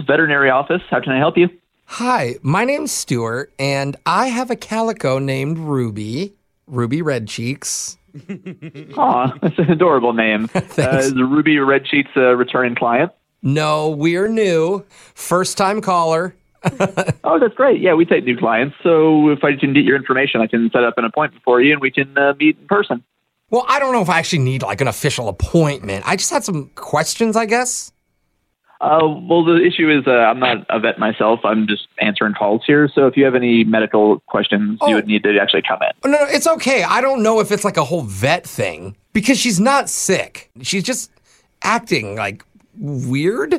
veterinary office. How can I help you? Hi, my name's Stuart, and I have a calico named Ruby, Ruby Red Cheeks. Aw, that's an adorable name. Uh, is the Ruby Red Sheets a returning client? No, we're new. First time caller. Oh, that's great. Yeah, we take new clients. So if I can get your information, I can set up an appointment for you and we can uh, meet in person. Well, I don't know if I actually need like an official appointment. I just had some questions, I guess. Uh, well, the issue is uh, I'm not a vet myself. I'm just answering calls here. So if you have any medical questions, Oh. you would need to actually come in. Oh, No, no, it's okay. I don't know if it's like a whole vet thing because she's not sick. She's just acting like weird. Uh,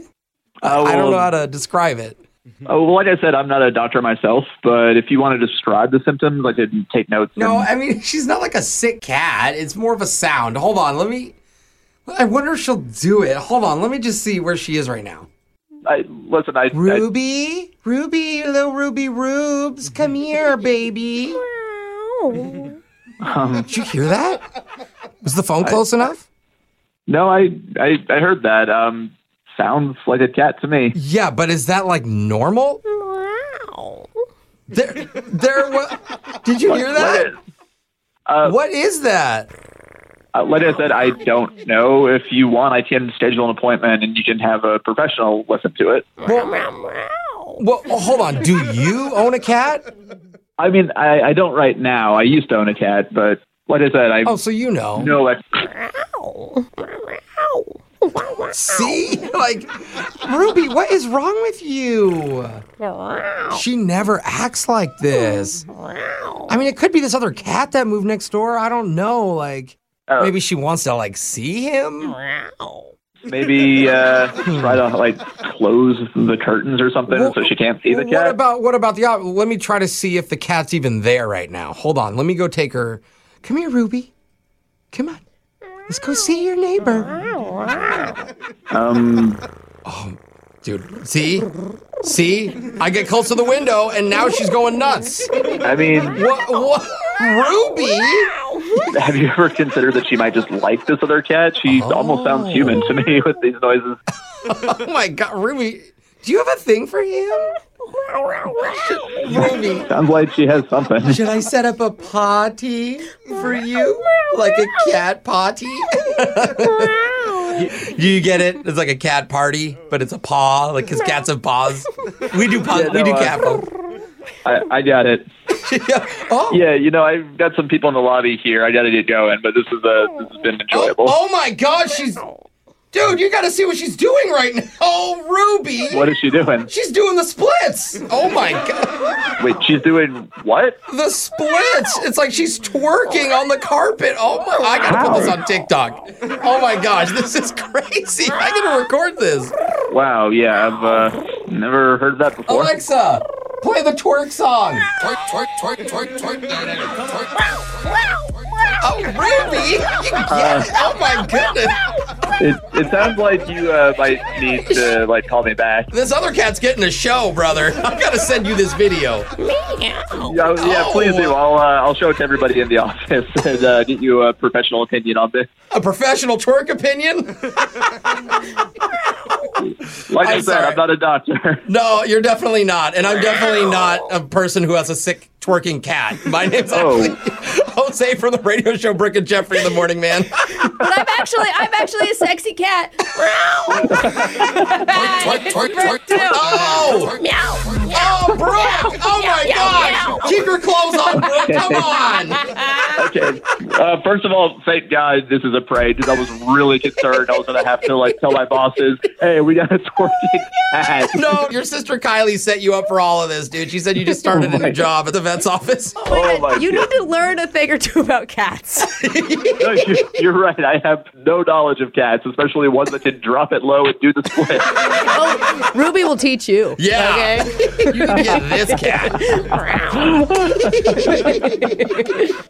I well, don't know how to describe it. Oh, well, like I said, I'm not a doctor myself, but if you want to describe the symptoms, I could take notes. No, and- I mean she's not like a sick cat. It's more of a sound. Hold on, let me. I wonder if she'll do it. Hold on, let me just see where she is right now. I, listen, I, I Ruby, Ruby, little Ruby Rubes, come here, baby. Did you hear that? Was the phone close enough? no, I, I, I heard that. Um, sounds like a cat to me. Yeah, but is that like normal? There, there. What? Did you hear Like that? I- What is that? Uh, like I said, I don't know. If you want, I can schedule an appointment and you can have a professional listen to it. Well, well, hold on. Do you own a cat? I mean, I, I don't right now. I used to own a cat, but like I said, I Oh, so you know. know ex- See, like Ruby, what is wrong with you? She never acts like this. I mean, it could be this other cat that moved next door. I don't know. Like, Oh. maybe she wants to like see him. maybe uh, try to like close the curtains or something Well, so she can't see the What cat. about what about the? op- Let me try to see if the cat's even there right now. Hold on. Let me go take her. Come here, Ruby. Come on. Let's go see your neighbor, um, dude. See, see. I get close to the window, and now she's going nuts. I mean, What? what? Ruby. have you ever considered that she might just like this other cat? She almost sounds human to me with these noises. Oh my god, Ruby, do you have a thing for him? Ruby, Sounds like she has something. should I set up a potty for you? Like a cat potty? you get it? It's like a cat party, but it's a paw, like his cats have paws. We do paw, we no, do uh, cat paw. I, I got it. Yeah. Oh, Yeah, you know, I've got some people in the lobby here. I got to get going, but this is uh, this has been oh, enjoyable. oh my god, she's Dude, you gotta see what she's doing right now. Oh, Ruby! What is she doing? She's doing the splits! Oh my god. Wait, she's doing what? the splits. It's like she's twerking on the carpet. Oh my! I gotta put this on TikTok. Oh my gosh, this is crazy. I gotta record this. Wow, yeah, I've uh, never heard that before. Oh, Alexa, play the twerk song. Twerk, twerk, twerk, twerk, twerk, twerk, Oh, Ruby! You get it. Oh my goodness! It, it sounds like you uh, might need to like call me back. This other cat's getting a show, brother. I gotta send you this video. Yeah, yeah, Oh. please do. I'll uh, I'll show it to everybody in the office and uh, get you a professional opinion on this. A professional twerk opinion? Like i I'm said, sorry. I'm not a doctor. No, you're definitely not, and I'm definitely not a person who has a sick twerking cat. My name's Oh. actually Jose from the radio show Brick and Jeffrey in the Morning Man. But I'm actually, I'm actually a sexy cat. twerk, twerk, twerk, twerk. Oh! Oh, Brooke! Oh my gosh! Keep your clothes on, Brooke! Come on! Okay. Uh, first of all, thank God this is a parade because I was really concerned I was going to have to like tell my bosses, "Hey, we got a twerking cat." No, your sister Kylie set you up for all of this, dude. She said you just started a new job at the vet's office. Oh my you God. need to learn a thing or two about cats. No, you, you're right. I have no knowledge of cats, especially one that can drop it low and do the split. oh, Ruby will teach you. Yeah. You can get this cat.